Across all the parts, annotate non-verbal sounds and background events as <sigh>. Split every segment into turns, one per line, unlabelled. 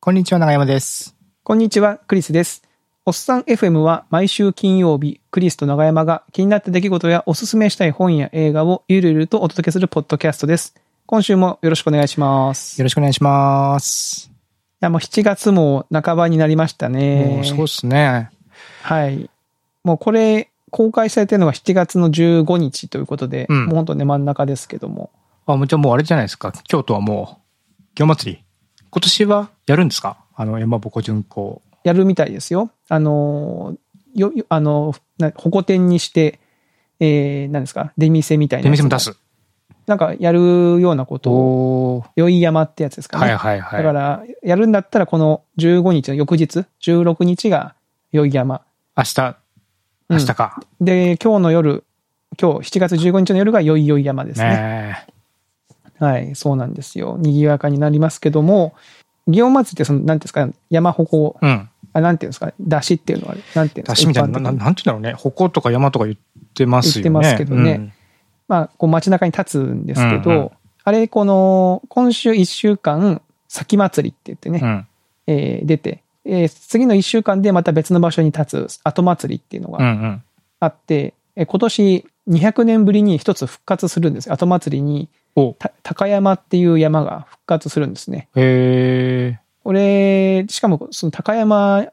こんにちは、長山です。
こんにちは、クリスです。おっさん FM は毎週金曜日、クリスと長山が気になった出来事やおすすめしたい本や映画をゆるゆるとお届けするポッドキャストです。今週もよろしくお願いします。い
よろしくお願いします。
や、もう7月も半ばになりましたね
もう。そうっすね。
はい。もうこれ、公開されてるのが7月の15日ということで、
うん
もう本当ね、真ん中ですけども。
あ、もうじゃあもうあれじゃないですか。京都はもう、祇園祭り。今年はやるんですかあの、山鉾巡行。
やるみたいですよ。あのー、よ、よあのー、な保護店にして、えー、何ですか、出店みたい
出
なやつ
店
が。
も出す。
なんかやるようなことを、
おー
宵山ってやつですかね。
はいはいはい。
だから、やるんだったらこの15日の翌日、16日が宵山。
明日、
う
明
ん
日か。
で、今日の夜、今日7月15日の夜が宵宵山ですね。
ねえ
はい、そうなんですよ。賑やかになりますけども、祇園祭ってその、なんていうんですか、山鉾、
うん。
あ、なんていうんですか、出汁っていうのは、なんていうんですか、
出しみたいな、
一般
な
的に
なんていうんだろうね。鉾とか山とか言ってますよね。
言ってますけどね
うん
まあ、こう街中に立つんですけど、
うんうん
あれ、この、今週1週間、先祭りって言ってね、
うん。
えー出て、えー次の1週間でまた別の場所に立つ後祭りっていうの
うんう
が
ん。
あって、えー今年200年ぶりに一つ復活するんですよ後祭りに
お
た高山っていう山が復活するんですね。
へえ。
これ、しかもその高山、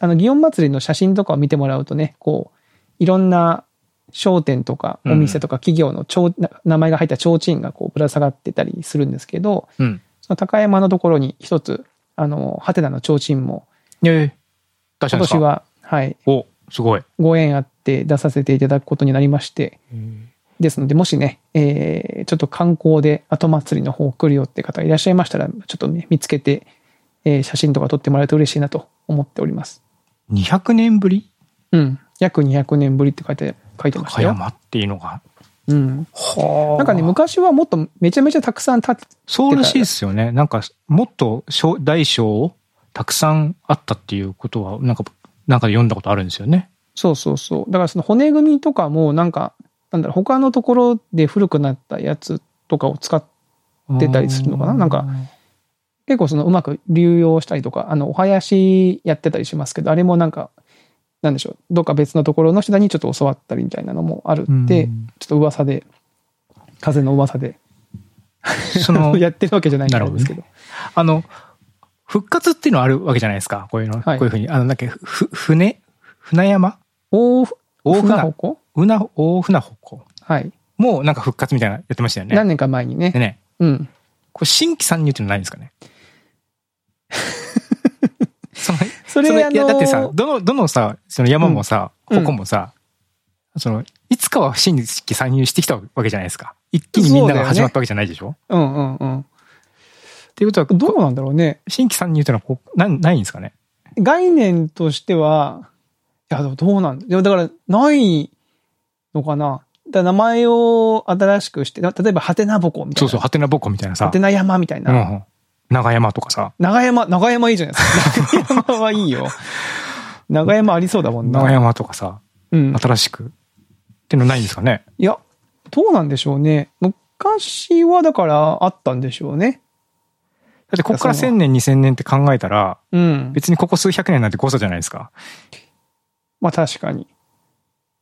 あの、祇園祭りの写真とかを見てもらうとね、こう、いろんな商店とかお店とか企業のちょう、な名前が入った提灯がこうぶら下がってたりするんですけど、
うん。
その高山のところに一つ、あの、ハテナの提灯も
ええ。出したん
今
ですか
年。は、はい、
お、すごい。
ご縁あって出させていただくことになりまして、ですので、もしね、えーちょっと観光で後祭りの方来るよって方がいらっしゃいましたら、ちょっとね、見つけて、えー写真とか撮ってもらえると嬉しいなと思っております。
200年ぶり
うん。約200年ぶりって書いて、書いてました
高
よ。
山っていうのが。
うん。
は
なんかね、昔はもっとめちゃめちゃたくさん立って、
そうらしいですよね。なんか、もっと小大小たくさんあったっていうことは、なんか、なんかで読んだことあるんですよね。
そうそうそう。だからその骨組みとかも、なんか、なんだろう、他のところで古くなったやつとかを使って、出たりするのかななんか、結構そのうまく流用したりとかあのお囃子やってたりしますけどあれもなんかなんでしょうどっか別のところの人にちょっと教わったりみたいなのもあるって、
うん
ちょっと噂で風の噂で
その、
やってるわけじゃ <laughs> ないんですけど
あの、復活っていうのはあるわけじゃないですか。こういうの、
はい
こういうふうに。あの、なんか、ふ、船、船山
大
大船、
船鉾
うな、大船鉾。
はい、
もうなんか復活みたいなのやってましたよね。
何年か前にね
でね、
うん
これ新規参入っていうのないんですか
<laughs>
ねその
そ
そ
れ
の
あ
いやだってさ
の
どのどのさその山もさ、
うん
ここもさ、そのいつかは新規参入してきたわけじゃないですか一気にみんなが始まったわけじゃないでしょ、
うんうんうん
っていうことは
どうなんだろうね
新規参入ってのはこうなんないんですかね
概念としてはいやでもどうなんだでもだからないのかなだから名前を新しくして例えば「はてなぼこ」みたいな
そうそうハテナぼっこみたいなさ
ハテナ山みたいな、
うんうん長山とかさ
長山、長山いいじゃないですか。長山はいいよ。長山ありそうだもんな。
長山とかさ
うん。
新しくってのないんですかね
いや、どうなんでしょうね。昔はだからあったんでしょうね。
だってここから
いやそ
1000
の
年2000年って考えたら
うん。
別にここ数百年なんて誤差じゃないですか
まあ確かに。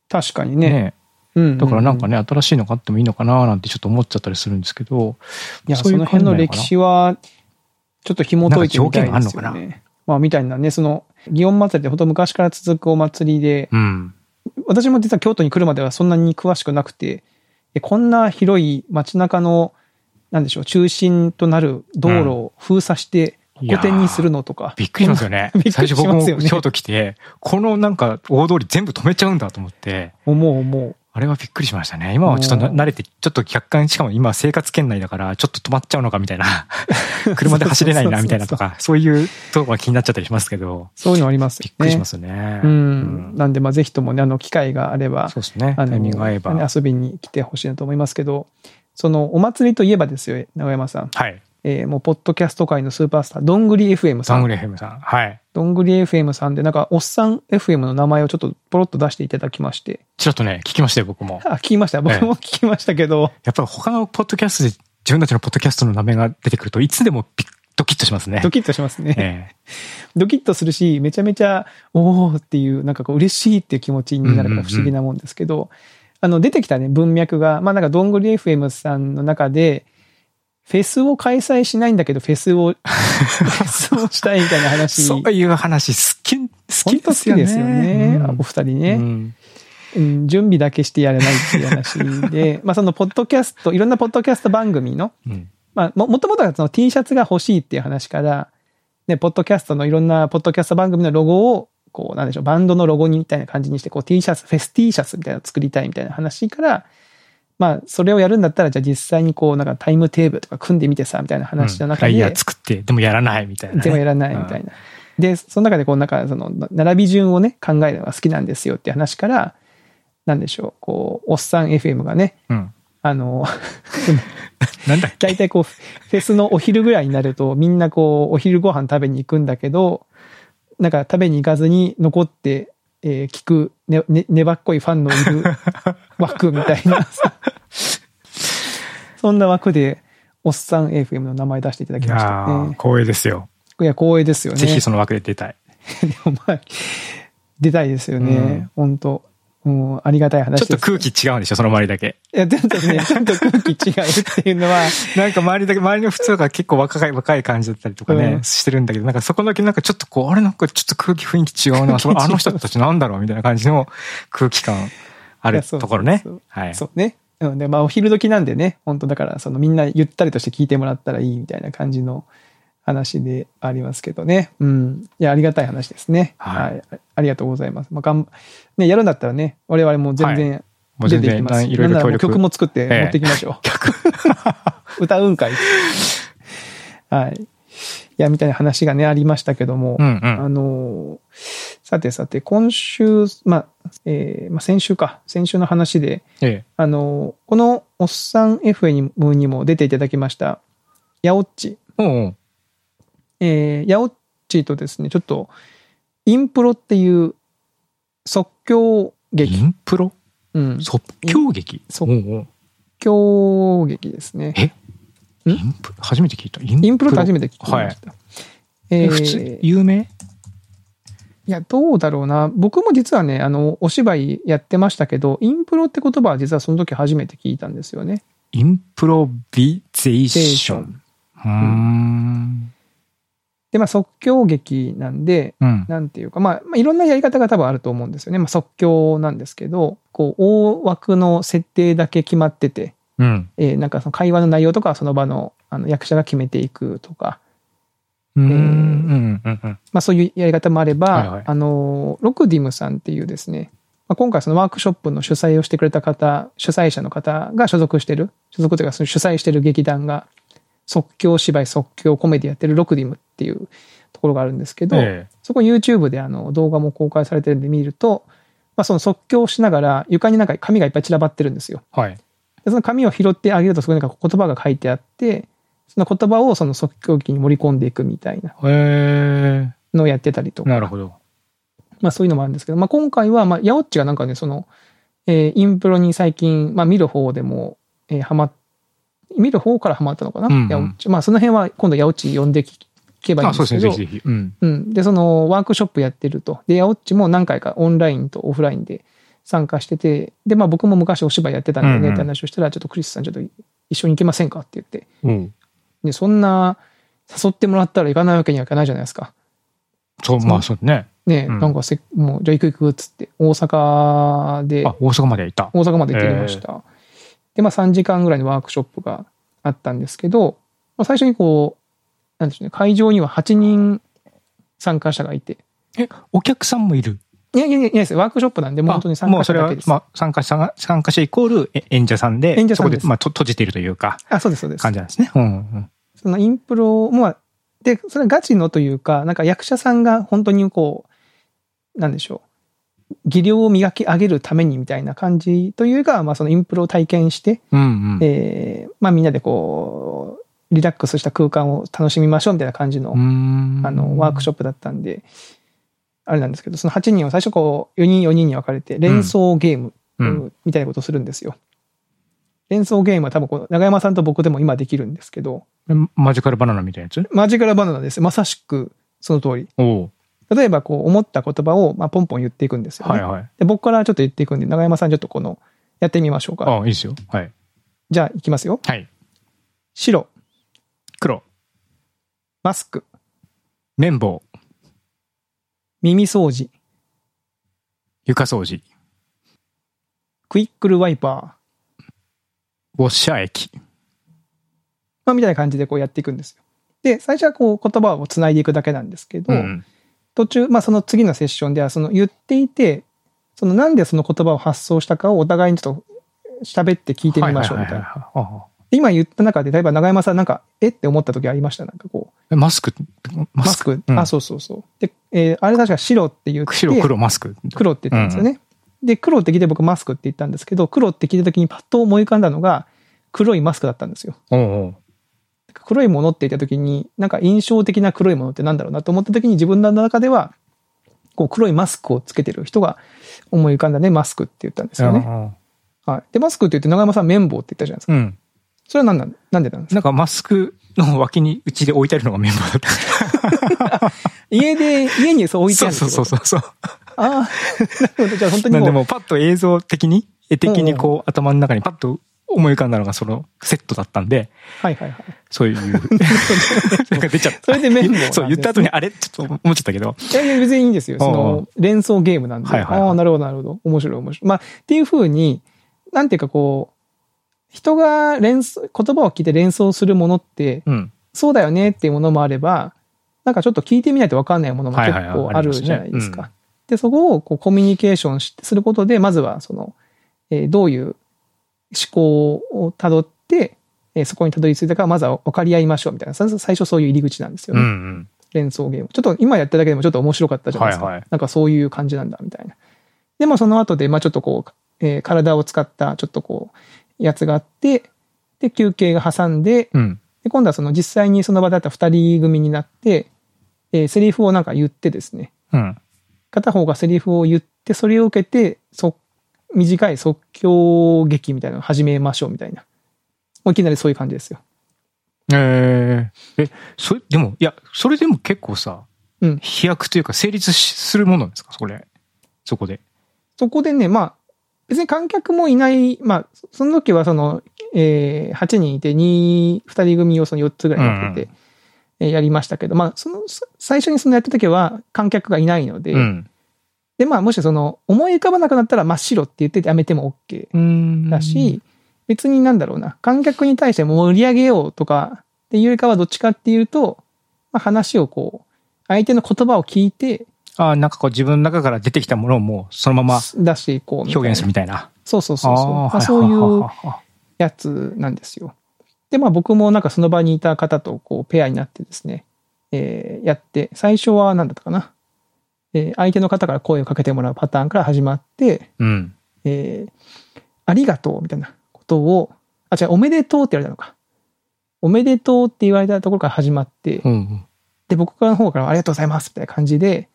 確かにね。
ね
うん。
だからなんか
ね。
ね、新しいのがあってもいいのかななんてちょっと思っちゃったりするんですけど、
いや、
そ
そう
いう
の辺の歴史は、ちょっと紐解いてみたい
なん
で
か条
す
件
よ
があるの
ね。まあみたいなね、その、祇園祭りってほんと昔から続くお祭りで、
うん。
私も実は京都に来るまではそんなに詳しくなくて、えこんな広い街中の、なんでしょう、中心となる道路を封鎖して、
うん
拠点にするのとか。
びっくりしますよね
<laughs> びっく。り
最初僕
しま
も
すよね
京都来て、このなんか大通り全部止めちゃうんだと思って、
思う思う。
あれはびっくりしましたね。今はちょっと
う
な慣れて、ちょっと客観、しかも今生活圏内だから、ちょっと止まっちゃうのかみたい
<laughs>
な、車で走れないなみたいなとか、そういうとこが気になっちゃったりしますけど、
そういうのありますよ
び
ね
っ。くりしますよね。
う
うん
ん。なんで、まあ、ぜひともね、あの、機会があれば、
そうですね。タ
あの
イミングが合えば。
遊びに来てほしいなと思いますけど、その、お祭りといえばですよ、長山さん。
はい。
えーもう、ポッドキャスト界のスーパースター、どんぐり FM
サ
さ
ング
ん。
レフムさん。はい。
どんぐり FM さんで、なんか、おっさん FM の名前をちょっとポロッと出していただきまして、
ちょっとね、聞きましたよ、僕も。
あ、聞きました。僕も聞きましたけど、
やっぱり他のポッドキャストで自分たちのポッドキャストの名前が出てくるといつでもびっドキッとしますね
ド。キッとしますね。
ええ
ドキッとするし、めちゃめちゃ、おーっていう、なんかこう、嬉しいっていう気持ちにな
うんう
るか
んう
ら
ん
不思議なもんですけど、あの、出てきたね、文脈が、まあなんか、どんぐり FM さんの中で、フェスを開催しないんだけど、フェ
<laughs>
スを、フェスをしたいみたいな話、
そういう話、好き、好
本
き
当
で
好
すよ
き
ね。
ですよね。
うん
お二人
う
ね、
ん
うん準備だけしてやれないっていう話
<laughs>
で、まあその、ポッドキャスト、いろんなポッドキャスト番組の、
うん
まあ、も、もともとはその T シャツが欲しいっていう話から、ね、ポッドキャストのいろんなポッドキャスト番組のロゴを、こう、なんでしょう、バンドのロゴにみたいな感じにして、こう T シャツ、フェス T シャツみたいなのを作りたいみたいな話から、まあ、それをやるんだったら、じゃあ実際にこう、なんかタイムテーブルとか組んでみてさ、みたいな話の中
フライヤ
で
ー、作って、でもやらないみたいなね。
でもやらないみたいな。で、その中でこう、なんかその、並び順をね、考えるのが好きなんですよっていう話から、なんでしょう、こう、おっさん FM がね、
うん。
あの、
なんだっけ
大体こう、フェスのお昼ぐらいになると、みんなこう、お昼ご飯食べに行くんだけど、なんか食べに行かずに残って、えー聞く、ね、ね、粘っこいファンのい
<laughs>
る枠みたいなさそんな枠で、おっさん FM の名前出していただ
い
きまし
や
た
ー
ね。
光栄ですよ。
いや、光栄ですよね。
ぜひその枠で出たい。
でもまあ、出たいですよね。本当うん、ありがたい話
ちょ
で
っ
す。
と空気違うんでしょ、その周りだけ。
いや、ちょっとね、ちょっと空気違うっていうのは、
なんか周りだけ、周りの普通が結構若い、若い感じだったりとかね、
うん
してるんだけど、なんかそこだけなんかちょっとこう、あれなんかちょっと空気雰囲 <laughs> 気違うな、それあの人たちなんだろうみたいな感じの空気感あ
い
る
やそ
と
う
ころね
そう。
はい。
そうね。なので、まあ、お昼時なんでね、本当だから、そのみんなゆったりとして聞いてもらったらいいみたいな感じの話でありますけどね。うん。いや、ありがたい話ですね。
は
はいい。あありがとうございます。まあ、がん、ね、やるんだったらね、我々も全然、
もう
出
全
ていき
然、
ます。
いろいろ
なんなら
協
も
力。
う曲も作って
ええ
持っていきま
<laughs>
しょう。 <laughs> 歌うんかい。はい。いや、みたいな話がね、ありましたけども。
うんう
あ
ん。
のーさてさて、今週、まあ、えーまあ、先週か、先週の話で、
ええ。
あの、このおっさん FM にも出ていただきました、ヤオッチ。
おう
えー、ヤオッチとですね、ちょっと、インプロっていう即興
イ
劇。
ンプロ
うん。即
即興劇
即
おうおう
興劇ですね。ん
インプ初めて聞いた。イン
インプロって初めて聞きました。え
え
ー
普通、有名
いや、どうだろうな。僕も実はね、あの、お芝居やってましたけど、インプロって言葉は実はその時初めて聞いたんですよね。
インプロビゼーショ
う
ン。うーん。
で、まあ、即興劇なんで、
うん。
なんていうか、まあ、まあいろんなやり方が多分あると思うんですよね。まあ、即興なんですけど、こう、大枠の設定だけ決まってて、
うん。
えーなんかその会話の内容とかはその場のあの役者が決めていくとか、
うん。うん。うん。うん。
まあ、そういうやり方もあれば、
はいはい
あの、ロクディムさんっていうですね、まあ、今回そのワークショップの主催をしてくれた方、主催者の方が所属してる、所属というかその主催してる劇団が、即興芝居、即興コメディやってるロクディムっていうところがあるんですけど、
え
そこ YouTube であの動画も公開されてるんで見ると、まあ、その即興しながら床になんか紙がいっぱい散らばってるんですよ。
え。はい。
でその紙を拾ってあげるとそこになんか言葉が書いてあって、その言葉をその即興劇に盛り込んでいくみたいな
へ
のをやってたりと
え。
か、
なるほど。
まあそういうのもあるんですけど、まあ今回は、まあ、ヤオッチがなんかね、その、えーインプロに最近、まあ見る方でも、えーハマっ見る方からハマったのかな、
うんうん
ヤオッチ。まあその辺は今度ヤオッチ呼んで聞けばいいん
あ、
で
そう
す
です
け
ね。
ど、
ぜひぜひ。うん。
うん。で、そのワークショップやってると。で、ヤオッチも何回かオンラインとオフラインで参加してて、で、まあ僕も昔お芝居やってたんでね、
うんうん
って話をしたら、ちょっとクリスさんちょっと一緒に行けませんかって言って。
うん。
で、そんな誘ってもらったら行かないわけにはいかないじゃないですか。
そう、まあ、そうね。
ね、
うん
なんかせ、もうじゃあ行く行くっつって、大阪で、
あ、大阪まで行った。
大阪まで行ってきました。で、まあ3時間ぐらいのワークショップがあったんですけど、まあ、最初にこう、なんでしょうね、会場には8人参加者がいて、
え、お客さんもいる。
いやいやいやいやですよワークショップなんで、もう本当に参
あも
加
うそ
者
れ
だ
は
けで、す。
ま
あ、
あ、参加者が、参加者イコールえ演者さんで、
演者さんです
そこで、まあ、と閉じているというか、
そうです、そうです
感。じなんですね。うんうん。
そのインプロもあ、で、それはガチのというか、なんか役者さんが本当にこう、なんでしょう。技量を磨き上げるためにみたいな感じというか、まあそのインプロを体験して、
うんうん。
えーまあみんなでこう、リラックスした空間を楽しみましょうみたいな感じの
うーん
あの、ワークショップだったんで、あれなんですけど、その8人を最初こう、4人4人に分かれて、連想ゲーム
うん
みたいなことをするんですよ。連想ゲームは多分この長山さんと僕でも今できるんですけど、
マジカルバナナみたいなやつ
マジカルバナナです。まさしくその通り。
おお
例えばこう思った言葉をまあポンポン言っていくんですよね。
はいはい。
で僕からちょっと言っていくんで、長山さんちょっとこの、やってみましょうか。
ああ、いいですよ。はい。
じゃあ、いきますよ。
はい。
白、
黒、
マスク、
綿棒、
耳掃除、
床掃除、
クイックルワイパー、
ウォッシャー液。
まあ、みたいな感じでこうやっていくんですよ。で、最初はこう言葉をつないでいくだけなんですけど、
うん。
途中、まあ、その次のセッションでは、その言っていて、そのなんでその言葉を発想したかをお互いにちょっと喋って聞いてみましょうみたいな。
な。ああ
で今言った中で、例えば長山さんなんか、えって思った時ありましたなんかこう、
えマスク、マ
マ
ス
ス
ク。
ク。
うん
あ、そうそうそう。で、えーあれ確か白って言って、
白、黒、マスク。
黒って言ったんですよね。で、黒って聞いて僕マスクって言ったんですけど、黒って聞いた時にパッと思い浮かんだのが、黒いマスクだったんですよ。
おうおう
黒いものって言った時に、なんか印象的な黒いものってなんだろうなと思った時に自分の中では、こう黒いマスクをつけてる人が思い浮かんだね、マスクって言ったんですよね。はい。で、マスクって言って長山さん綿棒って言ったじゃないですか。
うん。うん。
それは何なんなんでなんですか
なんかマスクの脇にうちで置いてあるのが綿棒だった。
家で、 <laughs> 家にそう <laughs> 置いてあるんです
そう
よ。
そうそうそう。
あ <laughs> あ、なるほど。じゃあ本当に
なんで
も
も
う、
うパッと映像的に、絵的にこう頭の中にパッと思い浮かんだのがそのセットだったんで、
はいはいはい。
そういう、
<laughs>
なんか出ちゃった。
それで綿棒なんですね
<laughs> そう、言った後にあれちょっと思っちゃったけど。
いやいや、別にいいんですよ。そ
うんう
の、連想ゲームなんで。
はいはいはい
ああ、なるほど、なるほど。面白い、面白い。まあ、っていうふうに、なんていうかこう、人が連想、言葉を聞いて連想するものって、
うん。
そうだよねっていうものもあれば、なんかちょっと聞いてみないと分かんないものも
はい
結
はいはい
構あるじゃないです
あります
か。で、そこをこうコミュニケーションしすることで、まずはその、えーどういう思考をたどって、えーそこにたどり着いたか、まずは分かり合いましょうみたいな、さ最初そういう入り口なんですよ
うんう
ね。
ん。
連想ゲーム。ちょっと今やっただけでもちょっと面白かったじゃないですか。
はいはい
なんかそういう感じなんだみたいな。でもその後で、まあちょっとこう、えー体を使ったちょっとこう、やつがあって、で、休憩が挟んで、
うん。
で、今度はその実際にその場だった二人組になって、えーセリフをなんか言ってですね、
うん。
片方がセリフを言って、それを受けて、そ短い即興劇みたいなのを始めましょうみたいな。もういきなりそういう感じですよ。
えー、え、それ、でも、いや、それでも結構さ、
うん
飛躍というか成立しするものなんですかそれ。そこで。
そこでね、まあ、別に観客もいない、まあ、そその時はその、えー8人いて、2、2人組をその4つぐらいやってて、えーやりましたけど、まあ、その、そ最初にそのやった時は観客がいないので、
うん。
で、まあ、もしその、思い浮かばなくなったら真っ白って言ってやめても OK
うん
だし、別になんだろうな、観客に対して盛り上げようとかっていうよりかはどっちかっていうと、まあ、話をこう、相手の言葉を聞いて
ああ、なんかこう自分の中から出てきたものをもうそのまま
出していこうみたいな。
表現するみたいな。
そうそうそうそう。
あ
ま
ー
あ、そういう
は
やつなんですよ。で、まあ僕もなんかその場にいた方とこうペアになってですね、えーやって、最初は何だったかな。えー相手の方から声をかけてもらうパターンから始まって、
うん。
えーありがとうみたいなことを、あ、違う、おめでとうって言われたのか。おめでとうって言われたところから始まって、
うん。
で、僕からの方からありがとうございますみたいな感じで、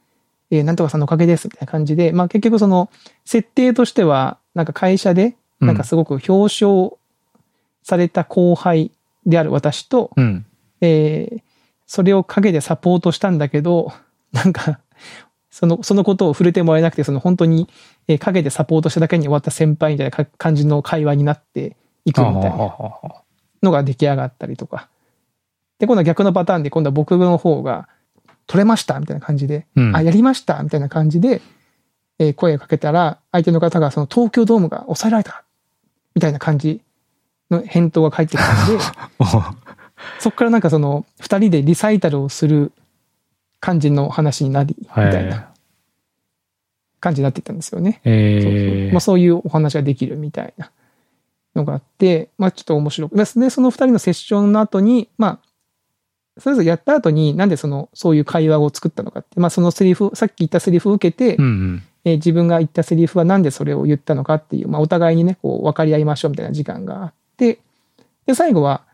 えーなんとかさんのおかげですみたいな感じで、まあ結局その、設定としては、なんか会社で、
うん
なんかすごく表彰された後輩である私と、
うん。
えーそれを陰でサポートしたんだけど、 <laughs> なんか、その、そのことを触れてもらえなくて、その本当に、えー陰でサポートしただけに終わった先輩みたいなか感じの会話になっていくみたいな。のが出来上がったりとか。で、今度は逆のパターンで、今度は僕の方が、取れましたみたいな感じで、
うん
あ、やりましたみたいな感じで、えー声をかけたら、相手の方が、その東京ドームが抑えられたみたいな感じの返答が返ってきたん
<laughs>
で、そこからなんかその、二人でリサイタルをする感じの話になり、みたいな感じになっていったんですよね。
え
そうそう
え
まあ、そういうお話ができるみたいなのがあって、まあ、ちょっと面白くですね。その二人のセッションの後に、まあ、それぞれやった後に、なんでその、そういう会話を作ったのかって、まあ、そのセリフ、さっき言ったセリフを受けて、
うんうん。
えー自分が言ったセリフはなんでそれを言ったのかっていう、まあ、お互いにね、こう、分かり合いましょうみたいな時間があって、で、最後は、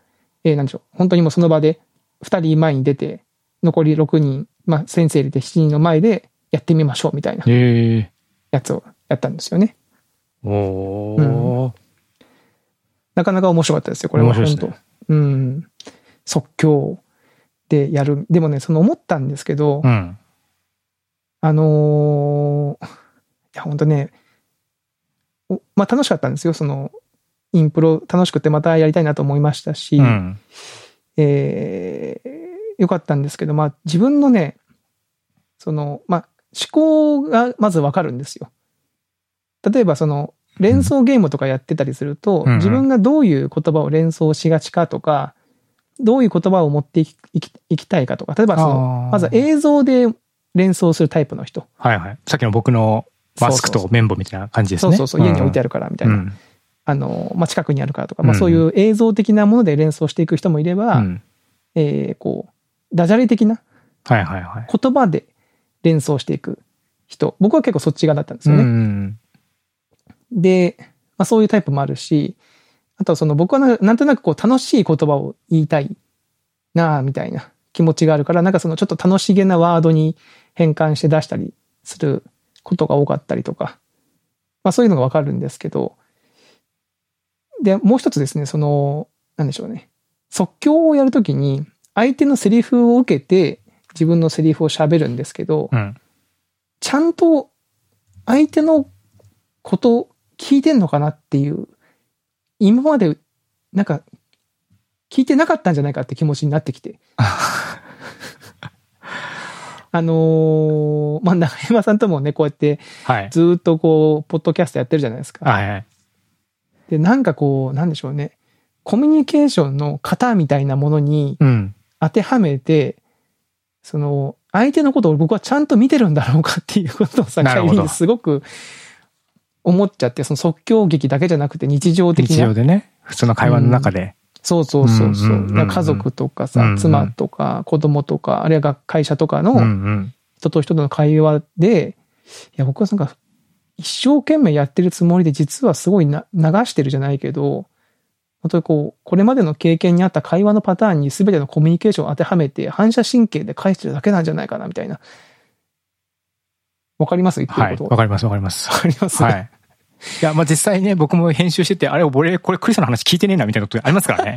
えー、なんでしょう、本当にもうその場で、二人前に出て、残り6人、まあ、先生入れて7人の前でやってみましょうみたいな
ええ
やつをやったんですよね。
おお、
なかなか面白かったですよ、これ
面
は。
白い
本
です
当、
ね
うん。即興でやる。でもね、その思ったんですけど、
うん。
あのーいや、本当ね、おまあ楽しかったんですよ、その、インプロ楽しくてまたやりたいなと思いましたし、
うん。
えーよかったんですけど、まあ自分のね、その、まあ思考がまずわかるんですよ。例えばその連想ゲームとかやってたりすると、
うんうん
自分がどういう言葉を連想しがちかとか、どういう言葉を持っていきいきいきたいかとか、例えばその、
あー
まずは映像で連想するタイプの人。
はいはい。さっきの僕のマスク
そう
と綿棒みたいな感じです
そう
ね。
そうそう、家に置いてあ
ある
るからみた
う
い
ん
な。
うん
あの、まあ、近くにあるからとか、まあ、
うん
そういう映像的なもので連想していく人もいれば、
うん
えーこう、ダジャレ的な
はいはいはい。
言葉で連想していく人。僕は結構そっち側だったんですよね。
ん。
で、まあ、そういうタイプもあるし、あとはその僕はななんとなくこう楽しい言葉を言いたいなあみたいな気持ちがあるから、なんかそのちょっと楽しげなワードに変換して出したりすることが多かったりとか、まあそういうのがわかるんですけど、で、もう一つですね、その、なんでしょうね。即興をやるときに、相手のセリフを受けて自分のセリフを喋るんですけど、
うん。
ちゃんと相手のこと聞いてんのかなっていう、今までなんか聞いてなかったんじゃないかって気持ちになってき
<laughs>
て。あのーまあ、長山さんともね、こうやって
はい。
ずーっとこう、ポッドキャストやってるじゃないですか。
はいはい。
で、なんかこう、なんでしょうね。コミュニケーションの型みたいなものに
うん。
当てはめて、その、相手のことを僕はちゃんと見てるんだろうかっていうことをさ、
なるほど
帰りにすごく思っちゃって、その即興劇だけじゃなくて日常的
日
な
常。でね、普通の会話の中で。
そうそうそうそう。
うんうんうんうん
だから家族とかさ、
うんうん
妻とか子供とか、あるいは学会社とか
うんう
の
ん。
人と人との会話で、いや、僕はなんか、一生懸命やってるつもりで、実はすごいな流してるじゃないけど、本当にこう、これまでの経験にあった会話のパターンに全てのコミュニケーションを当てはめて、反射神経で返してるだけなんじゃないかな、みたいな。わかります言って
はい。
ること。
わかりますわかります。
わかります、 <laughs>
はい。いや、まあ、実際ね、僕も編集してて、あれ、俺、これクリスの話聞いてねえな、みたいなことあります
<laughs>
からね。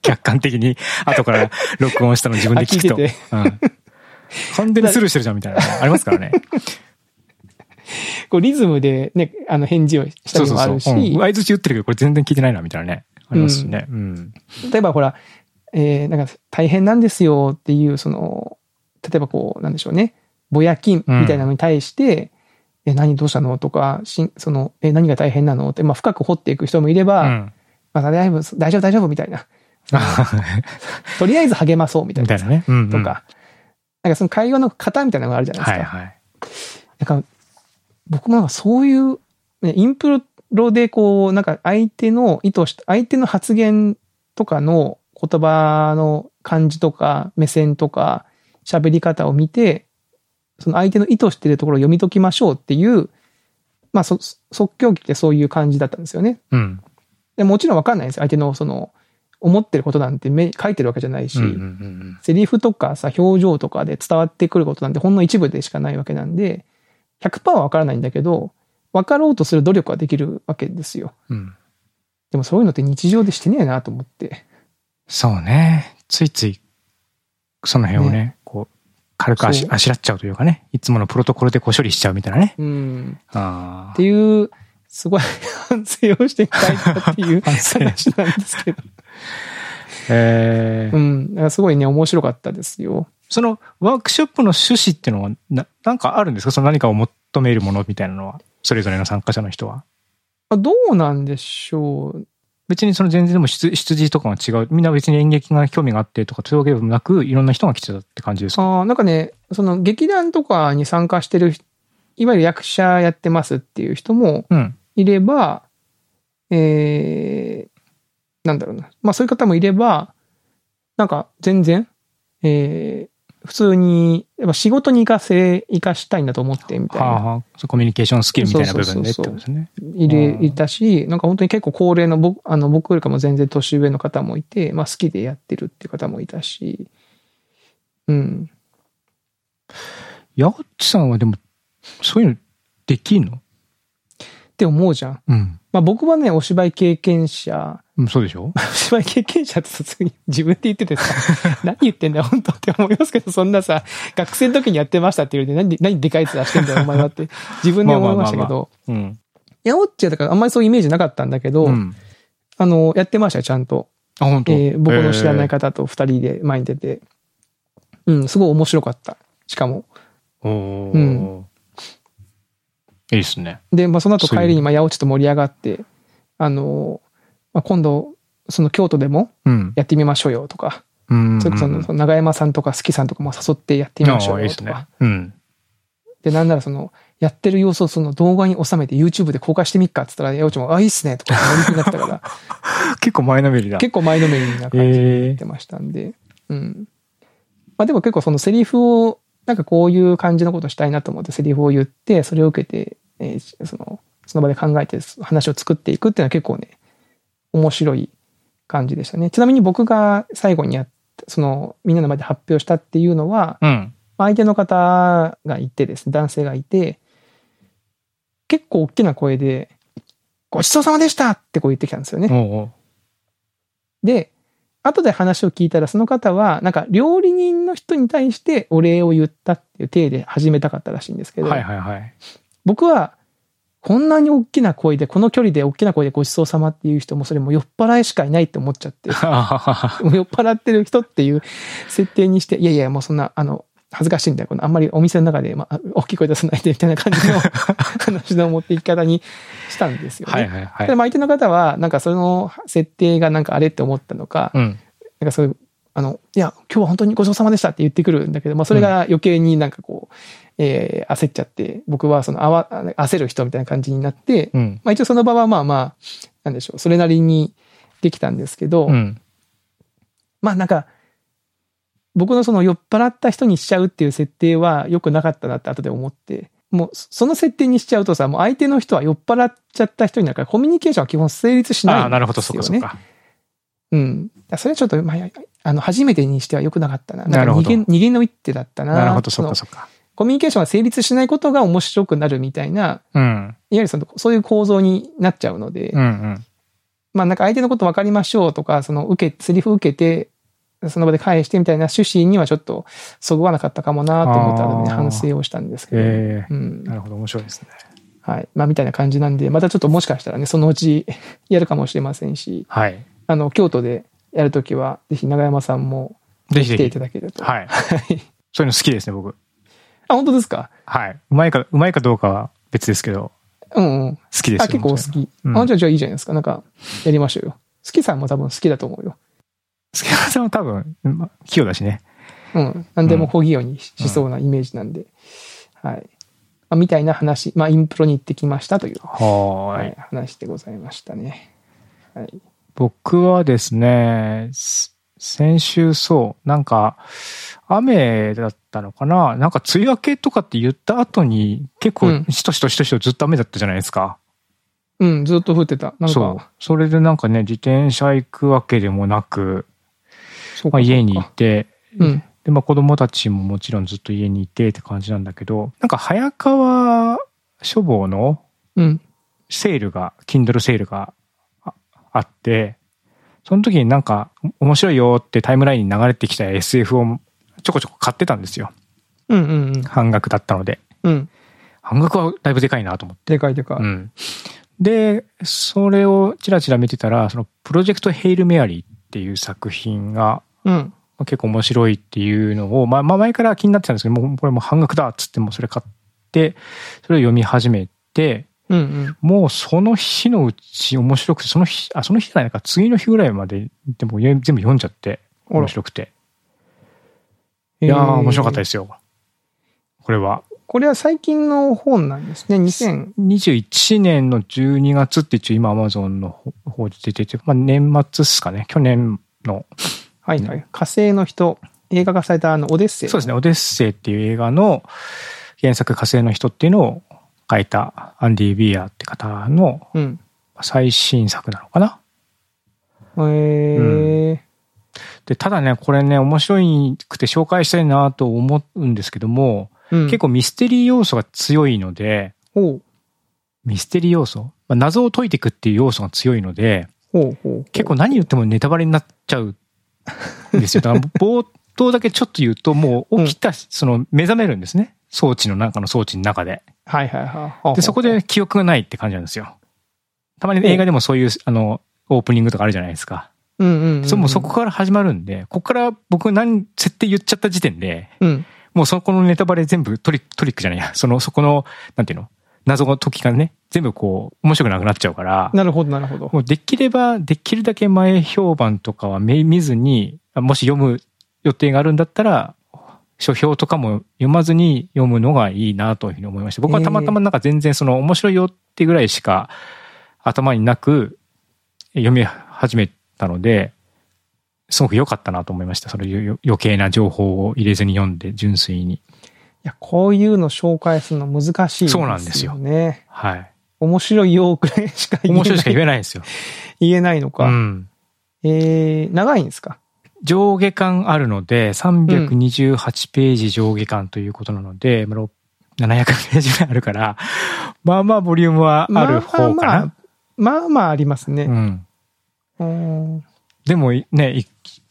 客観的に、後から録音したの自分で聞くと。
あ聞いて
うん。完全にスルーしてるじゃん、みたいなね。ありますからね。
こう、リズムでね、あの、返事をした
そう
り
そう
もあ
そう。う
る
ん
し、
相槌打ってるけど、これ全然聞いてないな、みたいなね。ありますしね。うん。
例えばほら、えーなんか大変なんですよっていう、その、例えばこう、なんでしょうね、ぼやきみたいなのに対して、え、何どうしたのとか、しんその、え、何が大変なのって、まあ深く掘っていく人もいれば、
うん。
まあ大丈夫、大丈夫、大丈夫みたいな。とりあえず励まそうみた
<laughs>
い
みた
な。
いなね。うんうん
とか、なんかその会話の型みたいなのがあるじゃないですか。
はいはい。
なんか、僕もなんかそういう、ね、インプロでこう、なんか相手の意図した、相手の発言とかの言葉の感じとか、目線とか、喋り方を見て、その相手の意図してるところを読み解きましょうっていう、まあ、そ即興劇ってそういう感じだったんですよね。
うん。
でもちろんわかんないです。相手のその、思ってることなんて目、書いてるわけじゃないし、
うんうんうん
セリフとかさ、表情とかで伝わってくることなんてほんの一部でしかないわけなんで、100%はわからないんだけど、分かろうとする努力はできるわけですよ。
うん。うん。
でもそういうのって日常でしてねえなと思って。
そうね。ついつい、その辺をね、こう、軽くあし
そう
あしらっちゃうというかね、いつものプロトコルでこう処理しちゃうみたいなね。
うん。
あ
っていう、すごい反省をして帰ったっていう
反省
話なんですけど。
あ。え
う
ー
ん。だからすごいね、面白かったですよ。
そのワークショップの趣旨っていうのはな、なんかあるんですかその何かを求めるものみたいなのは、それぞれの参加者の人は。
あどうなんでしょう。
別にその全然でも出出自とかが違う。みんな別に演劇が興味があってとか、そういうわけでもなく、いろんな人が来てたって感じですか
ああ、なんかね、その劇団とかに参加してる、いわゆる役者やってますっていう人も、
うん。
いれば、えー、なんだろうな。まあそういう方もいれば、なんか全然、えー、普通に、やっぱ仕事に活かせ、活かしたいんだと思って、みたい
はあ
な、
はあそうコミュニケーションスキルみたいな部分でって
そう
こ
そ
と
うそう
ですね。
いれ
う、ん
いたし、なんか本当に結構高齢の僕、あの、僕よりかも全然年上の方もいて、まあ好きでやってるっていう方もいたし、うん。
矢口さんはでも、そういうのできんの
って思うじゃん。
うん。
まあ僕はね、お芝居経験者、
うんそうでしょ
お芝居経験者ってさすがに自分で
<laughs>
言っててさ、何言ってんだよ、本当って思いますけど、そんなさ、学生の時にやってましたって言うて、何で、何でかいやつ出してんだよ、お前は
<laughs>
って、自分で思いましたけ
まあまあまあまう
ど、
ん。
いや、オッチはだからあんまりそういうイメージなかったんだけど、
うん。
あの、やってましたよ、ちゃんと。
あ、本当。
えー僕の知らない
か。
方と二人で前に出て、うん、すごい面白かった。しかも。
お
う
ーいいっすね。
で、まあ、その後
そういう
帰りに、まあ、八百ちと盛り上がって、あの、まあ、今度、その京都でも
うん。
やってみましょうよとか、
うん。
それこそその長山さんとか好きさんとかも誘ってやってみましょ
あ
う
ーいいっ
よ
す
と
ね
か。。
うん。
で、なんならその、やってる様子をその動画に収めて YouTube で公開してみっかって言ったら、八百ちも、あ、いいっすねとか
<laughs>
乗り気になってたから、
結構前のめりだ。
結構前のめりな感じでやってましたんで、うん。まあでも結構そのセリフを、なんかこういう感じのことしたいなと思ってセリフを言って、それを受けて、えーその、その場で考えて話を作っていくっていうのは結構ね、面白い感じでしたね。ちなみに僕が最後にやっその、みんなの前で発表したっていうのは、
うん。
相手の方がいてですね、男性がいて、結構大きな声で、ごちそうさまでしたってこう言ってきたんですよね。
おお
で、後で話を聞いたら、その方は、なんか、料理人の人に対してお礼を言ったっていう体で始めたかったらしいんですけ
ー。
ど、
はいはいはい。 <laughs>
僕は、こんなに大きな声で、この距離で大きな声でごちそうさまっていう人も、それもう酔っ払いしかいないって思っちゃって、
あははは
<laughs> もう酔っ払ってる人っていう設定にして、いやいや、もうそんな、あの、恥ずかしいんだよ。このあんまりお店の中で、まあ、大きい声出さないで、みたいな感
<laughs>
じの話の持っていき方にしたんですよね。
はいはいは
で
い。
も相手の方は、なんかその設定がなんかあれって思ったのか、
うん。
なんかそういう、あの、いや、今日は本当にごちそうさまでしたって言ってくるんだけど、まあそれが余計になんかこう、えー焦っちゃって、僕はそのあわ、あの焦る人みたいな感じになって、
うん。
まあ一応その場はまあまあ、なんでしょう、それなりにできたんですけど、
うん。
まあなんか、僕のその酔っ払った人にしちゃうっていう設定は良くなかったなって後で思って、もうそその設定にしちゃうとさ、もう相手の人は酔っ払っちゃった人になるから、コミュニケーションは基本成立しないんですよ、ね。
ああ、なるほど、そっかそっか。
うん。それはちょっと、まあ、あの、初めてにしては良くなかったな。
なるほど
んか逃げ、逃げの一手だったな。
なるほど、そっ
の
かそっか。
コミュニケーションが成立しないことが面白くなるみたいな、いわ
うん。
ゆるその、そういう構造になっちゃうので、
うんうん。
まあなんか相手のこと分かりましょうとか、その、受け、セリフ受けて、その場で返してみたいな趣旨にはちょっとそぐわなかったかもなと思ったので、
あー
反省をしたんですけど。
ええ
うん
な。るほど、面白いですね。
はい。まあ、みたいな感じなんで、またちょっともしかしたらね、そのうちやるかもしれませんし、
はい。
あの、京都でやるときは、ぜひ長山さんも
ぜひ
来
ぜ
てい
ひ
た。だけると。
はい。そういうの好きですね、僕。
あ、本当ですか
はい。うまいか、うまいかどうかは別ですけど、
うんうん。
好きですよ
あ、結構好
本
き。
うん
あ、じゃあ、じゃあいいじゃないですか。なんか、やりましょうよ。好きさんも多分好きだと思うよ。
当に。好きなさんも多分、ま器用だしね。
うん。何でも小器用にししそうなイメージなんで。はい。まあ、みたいな話。まあ、インプロに行ってきましたという、
は
はいい、。話でございましたね。はい。
僕はですね、す先週そう、なんか、雨だったのかななんか梅雨明けとかって言った後に、結
う
構
ん、
しとしとしとしとずっと雨だったじゃないですか。
うん、ずっと降ってた。なんか、
そう。それでなんかね、自転車行くわけでもなく、
そ
ま
うか
あ、家に
そう
い
か
て、
うん。
で、まあ子供たちももちろんずっと家にいてって感じなんだけど、なんか早川書房の
うん。
セールが、Kindle セールがああって、その時になんかお面白いよってタイムラインに流れてきた SF をちょこちょこ買ってたんですよ。
うんうんうん。
半額だったので。
うん。
半額はだいぶでかいなと思って。
でかいでかい。
うん。で、それをチラチラ見てたら、そのプロジェクトヘイルメアリーっていう作品が
うん。
まあ結構面白いっていうのを、まあ、まあ前から気になってたんですけど、もうこれもう半額だっつってもうそれ買って、それを読み始めて、
うんうん。
もうその日のうち面白くて、その日、あ、その日じゃないか、次の日ぐらいまででも全部読んじゃって、
あら。
面白くて。いやー、面白かったですすよ。これは。
これは最近の本なんですね。2000。
21年の12月って一応今 Amazon の方で出てて、まあ年末ですかね、去年の
はいはい。火星の人、映画化されたあの、オデッセイ。
そうですね、オデッセイっていう映画の原作火星の人っていうのを書いたアンディ・ビーアーって方の
うん。
最新作なのかな。
へえー。
で、ただね、これね、面白くて紹介したいなと思うんですけども、
うん。
結構ミステリー要素が強いので、
構、
ミステリー要素、まあ、謎を解いていくっていう要素が強いので、
ほうほう。
結構何言ってもネタバレになっちゃうんですよ。だから <laughs> 冒頭だけちょっと言うと、もう起きた、その目覚めるんですね。装置の中の装置の中で。
はいはいはい。
で、そこで記憶がないって感じなんですよ。たまに映画でもそういう、あの、オープニングとかあるじゃないですか。
うんうんうんうん。
そもうそこから始まるんで、ここから僕何、設定言っちゃった時点で、
うん。
もうそこのネタバレ全部トリトリックじゃないや、その、そこの、なんていうの謎の時がね、全部こう、面白くなくなっちゃうから、
なるほどなるほど。
もうできれば、できるだけ前評判とかは見見ずに、あもし読む予定があるんだったら、書評とかも読まずに読むのがいいなというふうに思いました。僕はたまたまなんか全然その面白いよってぐらいしか頭になく読み始めたので、すごく良かったなと思いました。そのよよ余計な情報を入れずに読んで、純粋に。
いや、こういうの紹介するの難しい、
そうなんですよ
ね。
はい。
面白いよくらいしか言えない。
面白いしか言えないんですよ。
言えないの
う
か。
ん。
えー、長いんですか
上下巻あるので、328ページ上下巻ということなので、まあろ700ページぐらいあるから、まあまあボリュームはある方かな。
まあまあ、まあまああります
う
ね。
ん。
うん。
でもいね、い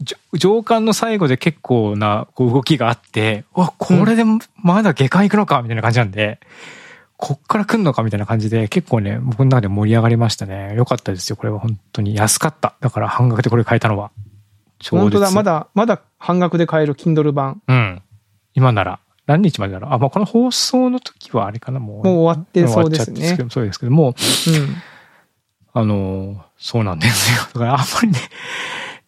上上巻の最後で結構なこう動きがあって、うわ、これでまだ下巻行くのかみたいな感じなんで、こっから来んのかみたいな感じで、結構ね、僕の中で盛り上がりましたね。よかったですよ。これは本当に安かった。だから半額でこれ買えたのは。超
本当だ、
絶
まだ、まだ半額で買える Kindle 版。
うん。今なら、何日までだろう。あ、まあ、この放送の時はあれかな、もう。
もう終わってそうです
終わっちゃって
ね
け。どそうですけども、
うん。
あのー、そうなんですよ。 <laughs> だからあんまりね、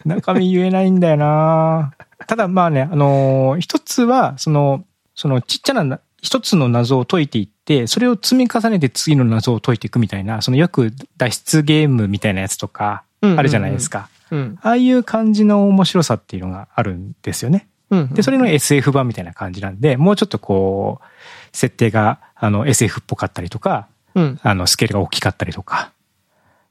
中身言えないんだよなただまあね、あのー一つは、その、そのちっちゃなな一つの謎を解いていって、それを積み重ねて次の謎を解いていくみたいな、そのよく脱出ゲームみたいなやつとか、
うんうんうん
あるじゃないですか。
うん。
ああいう感じの面白さっていうのがあるんですよね。
うん。
で、それの SF 版みたいな感じなんで、もうちょっとこう、設定が、あの、SF っぽかったりとか、
うん。
あの、スケールが大きかったりとか、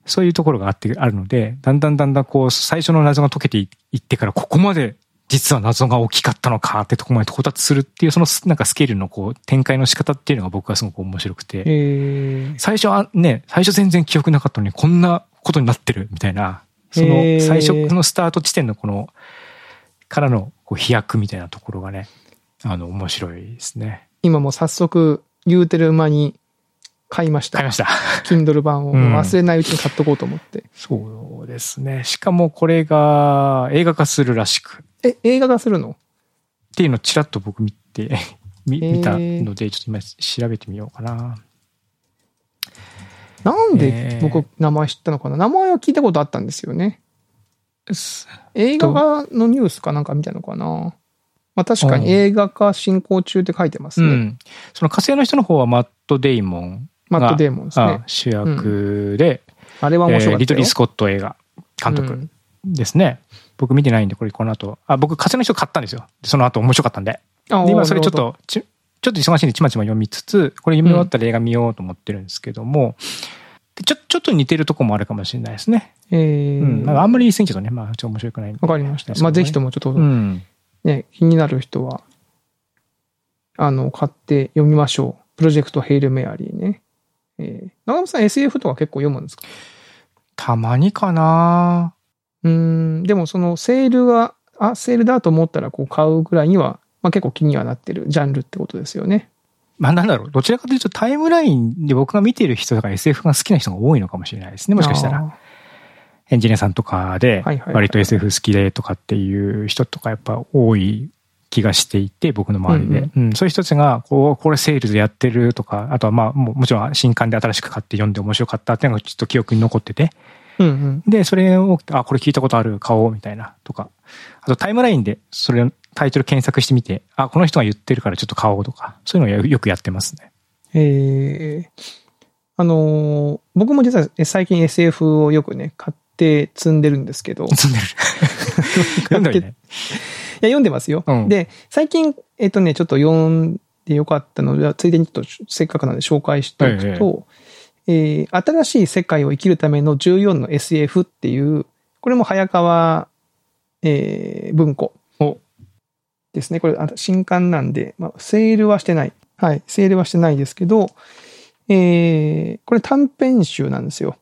そういうところがあって、あるので、だんだんだんだんこう、最初の謎が解けていいってから、ここまで、実は謎が大きかったのかってとこまで到達するっていう、その、なんかスケールのこう、展開の仕方っていうのが僕はすごく面白くて、
えー、
最初はね、最初全然記憶なかったのに、こんなことになってる、みたいな、そ
へ
の、
ー
最初のスタート地点のこの、からのこう飛躍みたいなところがね、あの、面白いですね。
今もう早速、言うてる間に買いました。
買いました。
Kindle 版を
うん
忘れないうちに買っとこうと思って。
そうですね。しかもこれが映画化するらしく、っ
え、映画化するの
ていうのをちらっと僕見て、 <laughs> み
へー
見たので、ちょっと今調べてみようかな。
なん
え
で
ー
僕名前知ったのかな名前は聞いたことあったんですよね。映画化のニュースかなんか見たのかなまあ確か
うん
に映画化進行中って書いてます
う
ね。
ん。その火星の人の方はマット・デイモン
マット・デーモンです
が
ね。
主役で、
あれは面白
えー
かった
リト
よ。
リー・スコット映画監督。
うん
ですね。僕見てないんで、これこの後。あ、僕、風の人買ったんですよ。でその後面白かったんで。
あ
で今それちょっ。
なる
と、ちちょっと忙しいんでちまちま読みつつ、これ読み終わったら映画見ようと思ってるんですけども、でちょ、ちょっと似てるとこもあるかもしれないですね。
ほどえ
う
ー
ん。なんかあんまり言い過ぎちゃうとね、まあ、ちょっと面白くないんで
わかりました。まあぜひともちょっと
うん。
ね、気になる人は、あの、買って読みましょう。プロジェクトヘイル・メアリーね。えー、長野さん SF とか結構読むんですか
たまにかな
うーん、でもそのセールが、あ、セールだと思ったらこう買うぐらいには、まあ結構気にはなってるジャンルってことですよね。
まあなんだろう。どちらかというとタイムラインで僕が見てる人とか SF が好きな人が多いのかもしれないですね。もしかしたら。
あ
エンジニアさんとかで
はいはい
割と SF 好きでとかっていう人とかやっぱ多い気がしていて僕の周りで、
うん
うんそういう人たちがこうこれセールでやってるとかあとはまあもうもちろん新刊で新しく買って読んで面白かったっていうのがちょっと記憶に残ってて
ー。うんうん。
でそれをあこれ聞いたことある買おうみたいなとかあとタイムラインでそれタイトル検索してみてあこの人が言ってるからちょっと買おうとかそういうのをよよくやってますね。
えー、あのー僕も実はえ最近 SF をよくね、買って積んでるんですけど、い
積ん
<laughs>
でる読んだよね。
や、読んでますよ。
うん
で、最近、えっ、とね、ちょっと読んでよかったので、ついでにちょっとせっかくなんで紹介しておくと、えー新しい世界を生きるための14の SF っていう、これも早川、えー文庫
お
ですね。これ、あ新刊なんで、まあ、セールはしてない。はい、セールはしてないですけど、えーこれ短編集なんですよ。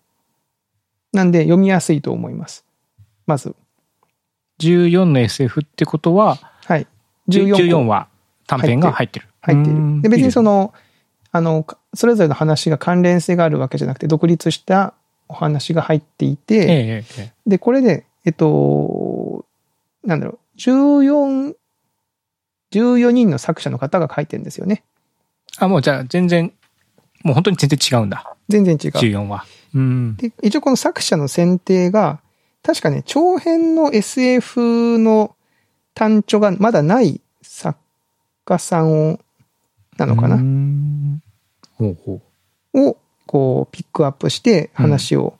なんで読みやすいと思います。まず、
14の SF ってことは、
はい。
14,
14個
話短編が入ってる。
入っている。で、別にそ
の、
の、あの、かそれぞれの話が関連性があるわけじゃなくて、独立したお話が入っていて、
えええええ
で、これで、えっと、なんだろう、14、14人の作者の方が書いてるんですよね。
えあ、もうじゃあ全然、もう本当に全然違うんだ。
全然違う。
14は。うん。
で、一応この作者の選定が、確かね、長編の SF の単調がまだない作家さんを、なのかな、
なほうほう。
を、こう、ピックアップして話を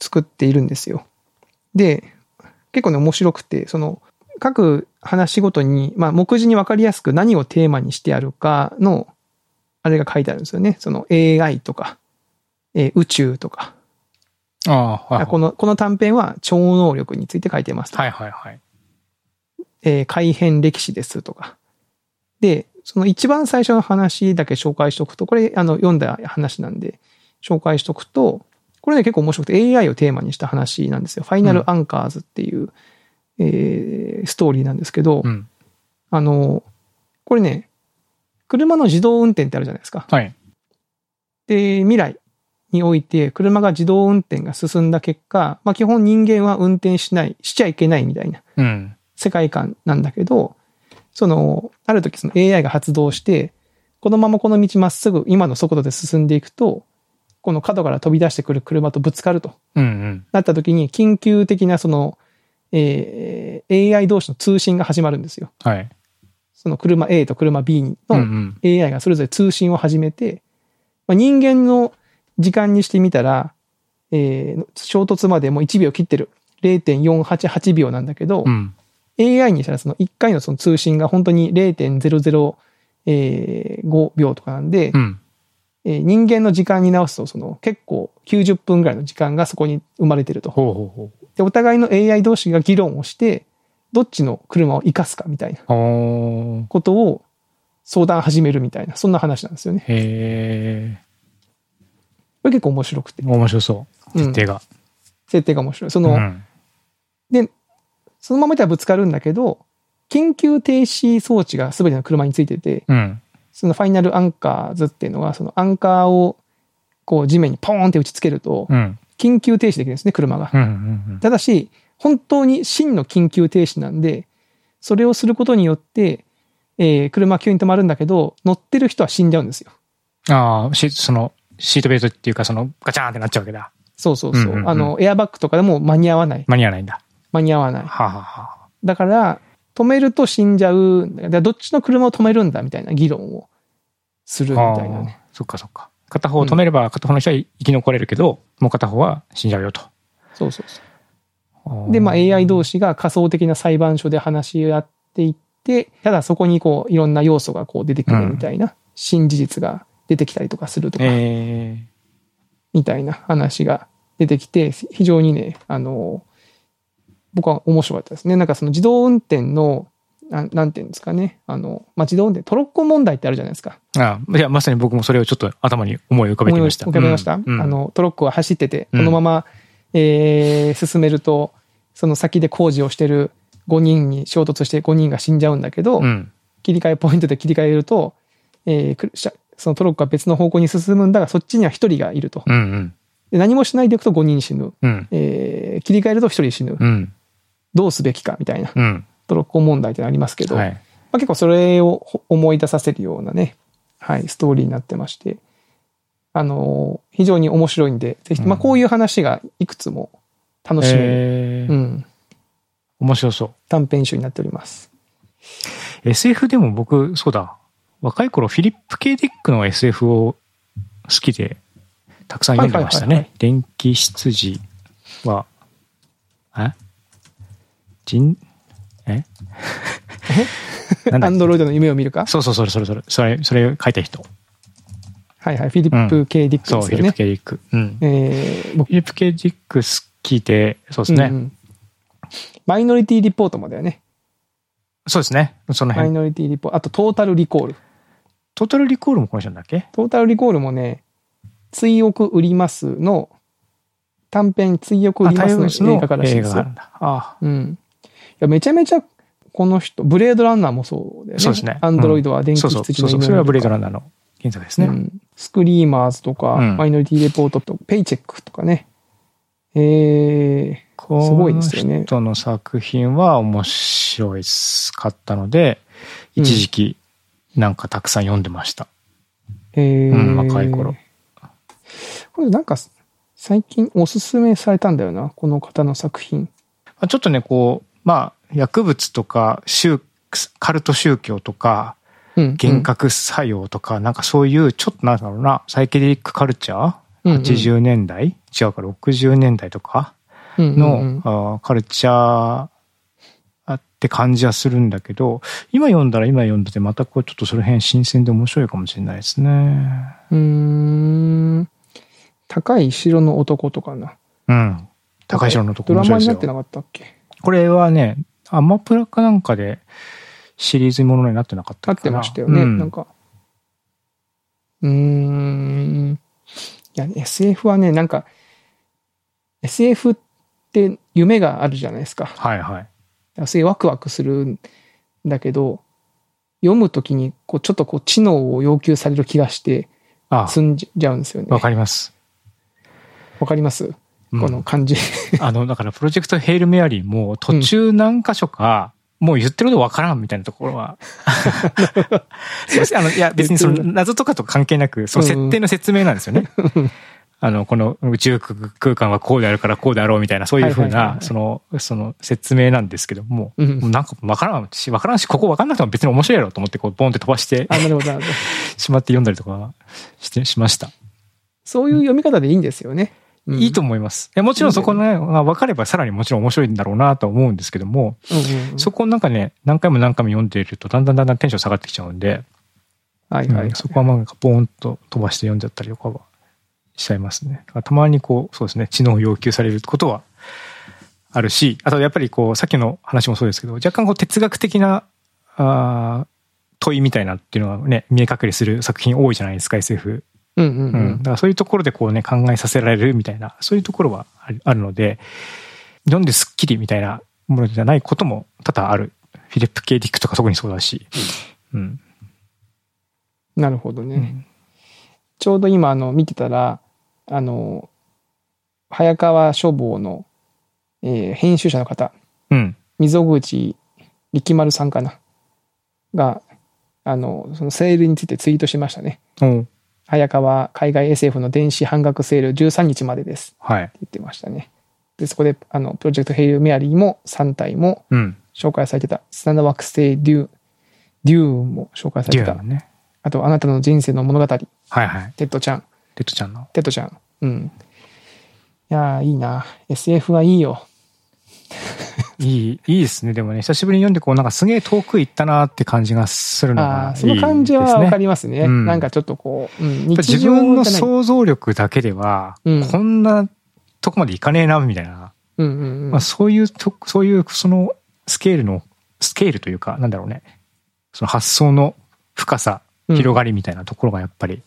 作っているんですよ。で、結構ね、面白くて、その、各話ごとに、まあ、目次に分かりやすく何をテーマにしてあるかの、あれが書いてあるんですよね。その AI とか、えー宇宙とか。
ああ、はい
あこ
は
の、この短編は超能力について書いてます
い。
と
はいはいはい。
えー改変歴史ですとか。で、その一番最初の話だけ紹介しとくと、これ、あの、読んだ話なんで、紹介しとくと、これね、結構面白くて AI をテーマにした話なんですよ。ファイナルアンカーズっていう、えーストーリーなんですけど、
うん。
あの、これね、車の自動運転ってあるじゃないですか。
はい。
で、未来において車が自動運転が進んだ結果、まあ基本人間は運転しない、しちゃいけないみたいな
うん。
世界観なんだけど、その、ある時その AI が発動して、このままこの道まっすぐ今の速度で進んでいくと、この角から飛び出してくる車とぶつかると
うんうん。
なった時に緊急的なその、えー AI 同士の通信が始まるんですよ。
はい。
その車 A と車 B の
うんうん。
AI がそれぞれ通信を始めて、まあ、人間の時間にしてみたら、えー衝突までもう1秒切ってる。0.488秒なんだけど、
うん。
AI にしたらその1回のその通信が本当に0.005秒とかなんで、
うん。
えー人間の時間に直すとその結構90分ぐらいの時間がそこに生まれてると。
ほうほうほう。
で、お互いの AI 同士が議論をして、どっちの車を生かすかみたいな
おー。
ことを相談始めるみたいな、そんな話なんですよね。
へ
これ結構面白くて
え。。面白そう。
うん
設定が。
設定が面白い。そうの、
ん。
そのままではぶつかるんだけど、緊急停止装置が全ての車についてて、
うん。
そのファイナルアンカーズっていうのは、そのアンカーをこう地面にポーンって打ちつけると、
うん。
緊急停止できるんですね、車が
う。ん。うん。
ただし、本当に真の緊急停止なんで、それをすることによって、えー車は急に止まるんだけど、乗ってる人は死んじゃうんですよ。
ああ、し、その、シートベルトっていうか、その、ガチャーンってなっちゃうわけだ。
そうそう
う
そう。
んうんうん
あの、エアバッグとかでも間に合わない。
間に合わないんだ。
間に合わない。
はあ、はあは
だから、止めると死んじゃうんだだからどっちの車を止めるんだみたいな議論をするみ
あ、
たいなね。
ああそっかそっか。片方を止めれば片方の人は生き残れるけど、もう片方は死んじゃうよと。
そうそうそう。で、まあ、AI 同士が仮想的な裁判所で話し合っていって、ただそこにこう、いろんな要素がこう出てくるみたいな、新事実が出てきたりとかするとか、
ええ
みたいな話が出てきて、非常にね、あの、僕は面白かったですね。なんかその自動運転の、なんなんていうんですかね。あの、まあ、自動運転、トロッコ問題ってあるじゃないですか。
ああいや、まさに僕もそれをちょっと頭に思い浮かべてみました。
思い浮かべました、
うんうん
あの、トロッコが走ってて、
うん
このまま、えー進めると、その先で工事をしてる5人に衝突して5人が死んじゃうんだけど、
うん。
切り替えポイントで切り替えると、えーくるしゃそのトロッコが別の方向に進むんだが、そっちには1人がいると。
うんうん。
で何もしないでいくと5人死ぬ。
うん。
えー切り替えると1人死ぬ。
うん。
どうすべきかみたいな
うん。
トロッコ問題ってありますけど、
はい。
まあ、結構それをほ思い出させるようなね、はい、ストーリーになってまして、あのー非常に面白いんで、ぜひ、
うん
まあ、こういう話がいくつも楽しめる、
ええ
うん、
面白そう。
短編集になっております。
SF でも僕、そうだ、若い頃フィリップ・ケディックの SF を好きで、たくさん読んでました
はいはい
ね。電気執事は、え人、えなん
ア
だ
ンドロイドの夢を見るか
そうそう、それ、それ、それ、それ、それ書いた人。
はいはい、フィリップ・ケイ・ディック
そう、
で
フ
す
ィリ
よ
ップ・
ね。
ケディック。うん。フ
えー僕
ィリップ・ケディック好きで、そうですね。
うんうんマイノリティ・リポートもだよね。
そうですね。その
マイ
辺。
ノリティ・リポート。あと、トータル・リコール。
トータル・リコールもこの人なんだっけ
トータル・リコールもね、追憶売りますの、短編追憶売りますの映画化らしいです
あタイムスの映画
よ
な。んだあ
うん。いや、めちゃめちゃ、この人、ブレードランナーもそうだよね。
そうですね
アンドロイドは電
あ
気
そうそう
羊
そう
の
そう
犬
それはブレード
ン
ランナーの原作です
ナ
ね、
ー。うんスクリーマーズとか、
うん
マイノリティレポートとか、ペイチェックとかね。えー、すごいですよね
この人の作品は面白いっすかったので、
うん
一時期なんかたくさん読んでました。
えー
うん若い頃。
これなんか、最近おすすめされたんだよな、この方の作品。
まあちょっとね、こう、まあ、薬物とか宗、カルト宗教とか、
うん。
幻覚作用とか、なんかそういう、ちょっとなんだろうな、サイケデリックカルチャ
うん
ー
うん
?80 年代、違うか、60年代とかの、
の
あーカルチャーあって感じはするんだけど、今読んだら今読んでて、またこう、ちょっとその辺新鮮で面白いかもしれないですね。
うーん。高い城の男とかな。
うん。高い城のとこ
ド
面白
ラ
い
マに
で
な
す
って
よ。
なかったっけ
これはね、アマプラかなんかでシリーズものになってなかった
な
っ
っ
け
て
かな
ましたよね、
うん
なんか。うーん。いや、SF はね、なんか、SF って夢があるじゃないですか。
はいはい。
そういうワクワクするんだけど、読むときに、こう、ちょっとこう、知能を要求される気がして、
あ
積んじゃうんですよね。
わかります。
わかりますこ
うん
の感じ。
あの、だから、プロジェクトヘイルメアリーも途中何箇所か、もう言ってることわからんみたいなところ
<laughs>
は。すいませんあの、いや、別にその謎とかと関係なく、その設定の説明なんですよね。あの、この宇宙空間はこうであるからこうであろうみたいな、そういうふう
はいはいはいは
な、
い
その、その説明なんですけども、
うん
もうなんかわからんし、わからんし、ここわかんなくても別に面白いやろと思って、こう、ボンって飛ばして
あ、なるほど、なるほど。
しまって読んだりとかしてしました。
そういう読み方でいいんですよね。うん
いいと思います。いやもちろんそこのね、まあ分かればさらにもちろん面白いんだろうなと思うんですけども、
うんうん
そこをなんかね、何回も何回も読んでいると、だんだんだんだんテンション下がってきちゃうんで、
はいはい、
うんそこはなんかポーンと飛ばして読んじゃったりとかはしちゃいますね。だからたまにこう、そうですね、知能を要求されることはあるし、あとやっぱりこう、さっきの話もそうですけど、若干こう哲学的な、あー問いみたいなっていうのがね、見え隠れする作品多いじゃないですか、SF。
うんうんう
うんん、だからそういうところでこうね考えさせられるみたいなそういうところはあるあるので読んですっきりみたいなものじゃないことも多々あるフィリップ・ケイ・ディックとか特にそうだし、うん
なるほどね。
うん
ちょうど今、あの、見てたら、あの、早川書房の、えー編集者の方、
うん
溝口力丸さんかな、が、あの、そのセールについてツイートしましたね。
お
早川海外 SF の電子半額セール13日までです
はい、
って言ってましたね。で、そこで、あの、プロジェクトヘイルメアリーも3体も
うん、
紹介されてた。砂の惑星デューン、デューンも紹介され
デ
て
ュア
た
の。ね
あと、あなたの人生の物語、テ
はいはい
ッドちゃん、
レッドちゃんの
テッドちゃん。うん。いやー、いいな。SF はいいよ。
いいいいですねでもね久しぶりに読んでこうなんかすげえ遠く行ったなって感じがするの
あ
が
あー、その感じはわかりますね。
いいですねうん
なんかちょっとこう、うん、
いいですね
日
自
常
分の
じゃない
想像力だけでは、
うん
こんなとこまでいかねえなみたいな
うんうんうん。
まあ、そういうと、そういう、その、スケールの、スケールというか、なんだろうね。その発想の深さ、
うん
広がりみたいなところがやっぱり、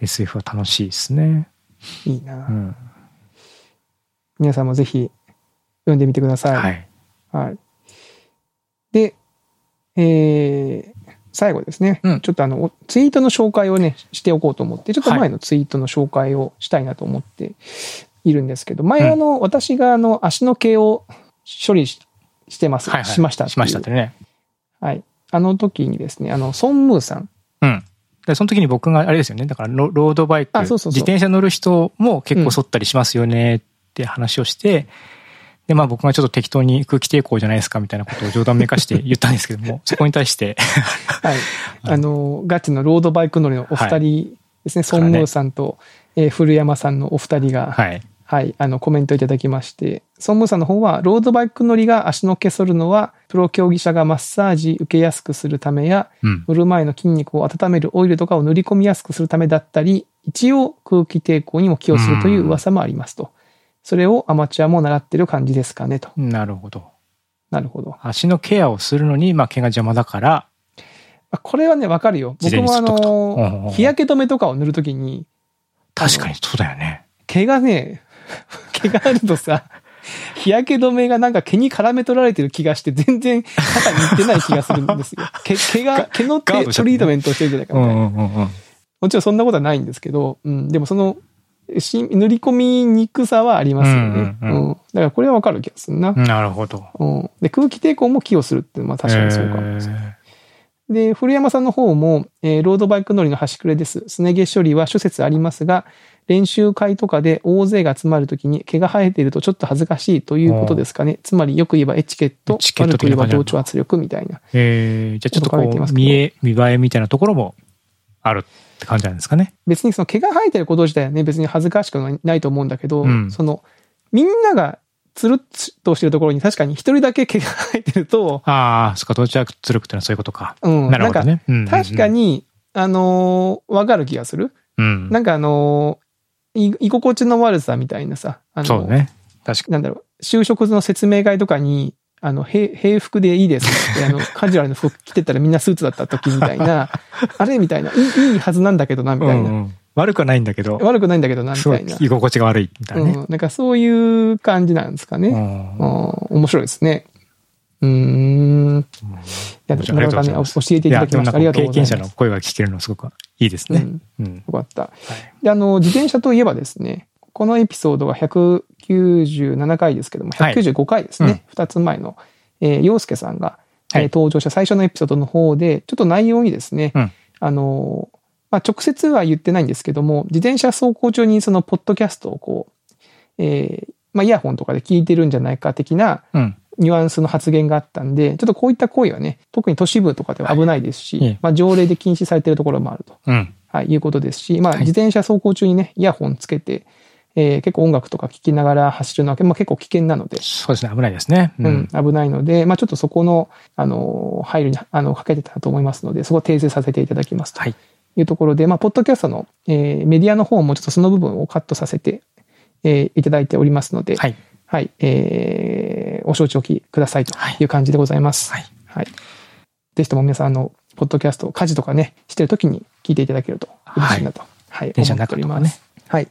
SF は楽しいですね。
いいな、
うん。
皆さんもぜひ、読んでみてください。
はい。
はい。で、えー最後ですね、
うん
ちょっとあの、おツイートの紹介をね、しておこうと思って、ちょっと
はい
前のツイートの紹介をしたいなと思っているんですけど、前
うん
あの、私があの、足の毛を処理ししてます、
はいはい
しましたっていう
しましたってね。
はい。あの時にですね、あの、ソンムー <laughs> さん。
うん。で、その時に僕が、あれですよね。だからロ、ロードバイク、
あそうそうそう
自転車乗る人も結構反ったりしますよねって話をして、で、まあ僕がちょっと適当に空気抵抗じゃないですかみたいなことを冗談めかして言ったんですけど
<laughs>
も、そこに対して、
はい。あの、ガチのロードバイク乗りのお二人ですね、ソ
らね
ンムーさんと、えー古山さんのお二人が、
はい。
はい、あの、コメントいただきまして、ソンムーさんの方は、ロードバイク乗りが足の毛剃るのは、プロ競技者がマッサージ受けやすくするためや、
うん。
乗る前の筋肉を温めるオイルとかを塗り込みやすくするためだったり、一応空気抵抗にも寄与するという噂もありますと。それをアマチュアも習ってる感じですかねと。
なるほど。
なるほど。ま
足のケアをするのに、まあ毛が邪魔だから、
あこれはね、わかるよ。僕もあ
事前に知っとくとうんうんう
の
ん、
日焼け止めとかを塗るときに、
確かにそうだよね。
毛がね、 <laughs> 毛があるとさ、日焼け止めがなんか毛に絡め取られてる気がして、全然肩にいってない気がするんです
<laughs>
よ。毛毛が、毛の
ガー
手
ドしちゃってね
トリートメントをしてるんじゃないか
う
みたいな。
んうんうんうん。
もちろんそんなことはないんですけど、うん、でもその、し塗り込みにくさはありますよ
う
ね。
んうんうん
だからこれはわかる気がするな。
なるほど。
うんで空気抵抗も寄与するっていうのは確かにそうかもです、
えー
で、古山さんの方も、えーロードバイク乗りの端くれです。すね毛処理は諸説ありますが、練習会とかで大勢が集まるときに毛が生えているとちょっと恥ずかしいということですかね。つまりよく言えばエチケット
エチケ、ット
悪く言えば
的な感じなん
同
だ
調圧力みたいな。
えー、じゃあちょっとこ
驚かれてます
う、
けど
見え、見栄えみたいなところもあるって感じなんですかね。
別にその毛が生えてること自体はね、別に恥ずかしくないないと思うんだけど、
うん
その、みんながつるっとしてるところに確かに一人だけ毛が生えてると、
ああ、そっか、到着圧力ってのはそういうことか。
うん、
なるほど
んか
ね。うんうんうん
確か、に、あのーわかる気がする。
うん、
なんかあのーい居心地の悪さみたいなさ、あのー
そうね。確か
なんだろう、就職の説明会とかに、あの、へ平服でいいです
<laughs>
って、あの、カジュアルの服着てたらみんなスーツだった時みたいな、あれみたいな、いいいいはずなんだけどな、み
に。う
たい
ん
な。
うん悪くはないんだけど、
悪くないんだけどな、み
すご
た
い
いな。
居心地が悪いみたいなね。
うん、なんかそういう感じなんですかね。
うん
あー面白いですね。うーん。いや、
面
で
白
も
いありが
なかなか
とうござい
ね、
ます
教えていただきました。あ
い
り
や
が
で
と
もなんか経
うござい
験
ます。
者の声が聞けるのはすごくいいですね。うん
よかった。
はい
で、あの、自転車といえばですね、このエピソードが197回ですけども、
はい
195回ですね、二2つ前の、えー、洋介さんが、えー
はい
登場した最初のエピソードの方で、ちょっと内容にですね、
うん
あのー、まあ、直接は言ってないんですけども、自転車走行中にその、ポッドキャストをこう、えーまあ、イヤホンとかで聞いてるんじゃないか的な
うん。
ニュアンスの発言があったんで、ちょっとこういった行為はね、特に都市部とかでは危ないですし、
はいええ
まあ、条例で禁止されているところもあると。
うん。
はい、いうことですし、まあ、
はい
自転車走行中にね、イヤホンつけて、えー結構音楽とか聴きながら走るのは、まあ、結構危険なので、
そうですね、危ないですね。う
うんん、。危ないので、まあ、ちょっとそこの、あのー、配慮に、あの、かけてたと思いますので、そこを訂正させていただきますと
はい
いうところで、まあ、ポッドキャストの、えーメディアの方もちょっとその部分をカットさせて、えーいただいておりますので、、
はいい。
えーお承知おきくださいと
はい
いう感じでございます。
はい。
はい。ぜひとも皆さん、あの、ポッドキャスト、家事とかね、してるときに聞いていただけると嬉しいなと。はい。
電車の
思って
中
おり
とか
ま
ね
す。はい。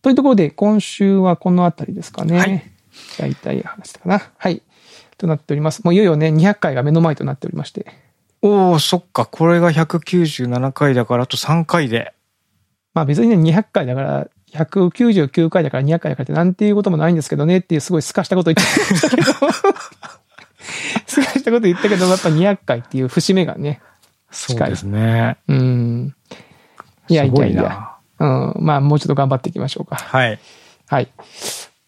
というところで、今週はこのあたりですかね。
はい
大体話したかな。はい。となっております。もういよいよね、200回が目の前となっておりまして。
おおそっか、これが197回だから、あと3回で。
まあ別にね、200回だから、199回だから200回だからってなんていうこともないんですけどねっていうすごいすかしたこと言ってましたけど。 <laughs> すかしたこと言ったけど、やっぱ200回っていう節目がね。
そう
です
ね。
うん。い
い
や
や
い
い
や
や
い
い
や。
や。
うん、まあもうちょっと頑張っていきましょうか。
はい。
はい。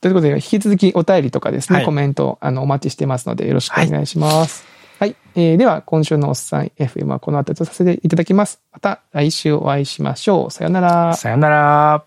ということで、引き続きお便りとかですね、
はい
コメントあのお待ちしてますので、よろしくお願いします。はい、えーでは、今週のおっさん FM はこの後とさせていただきます。また来週お会いしましょう。さようなら。
さよなら。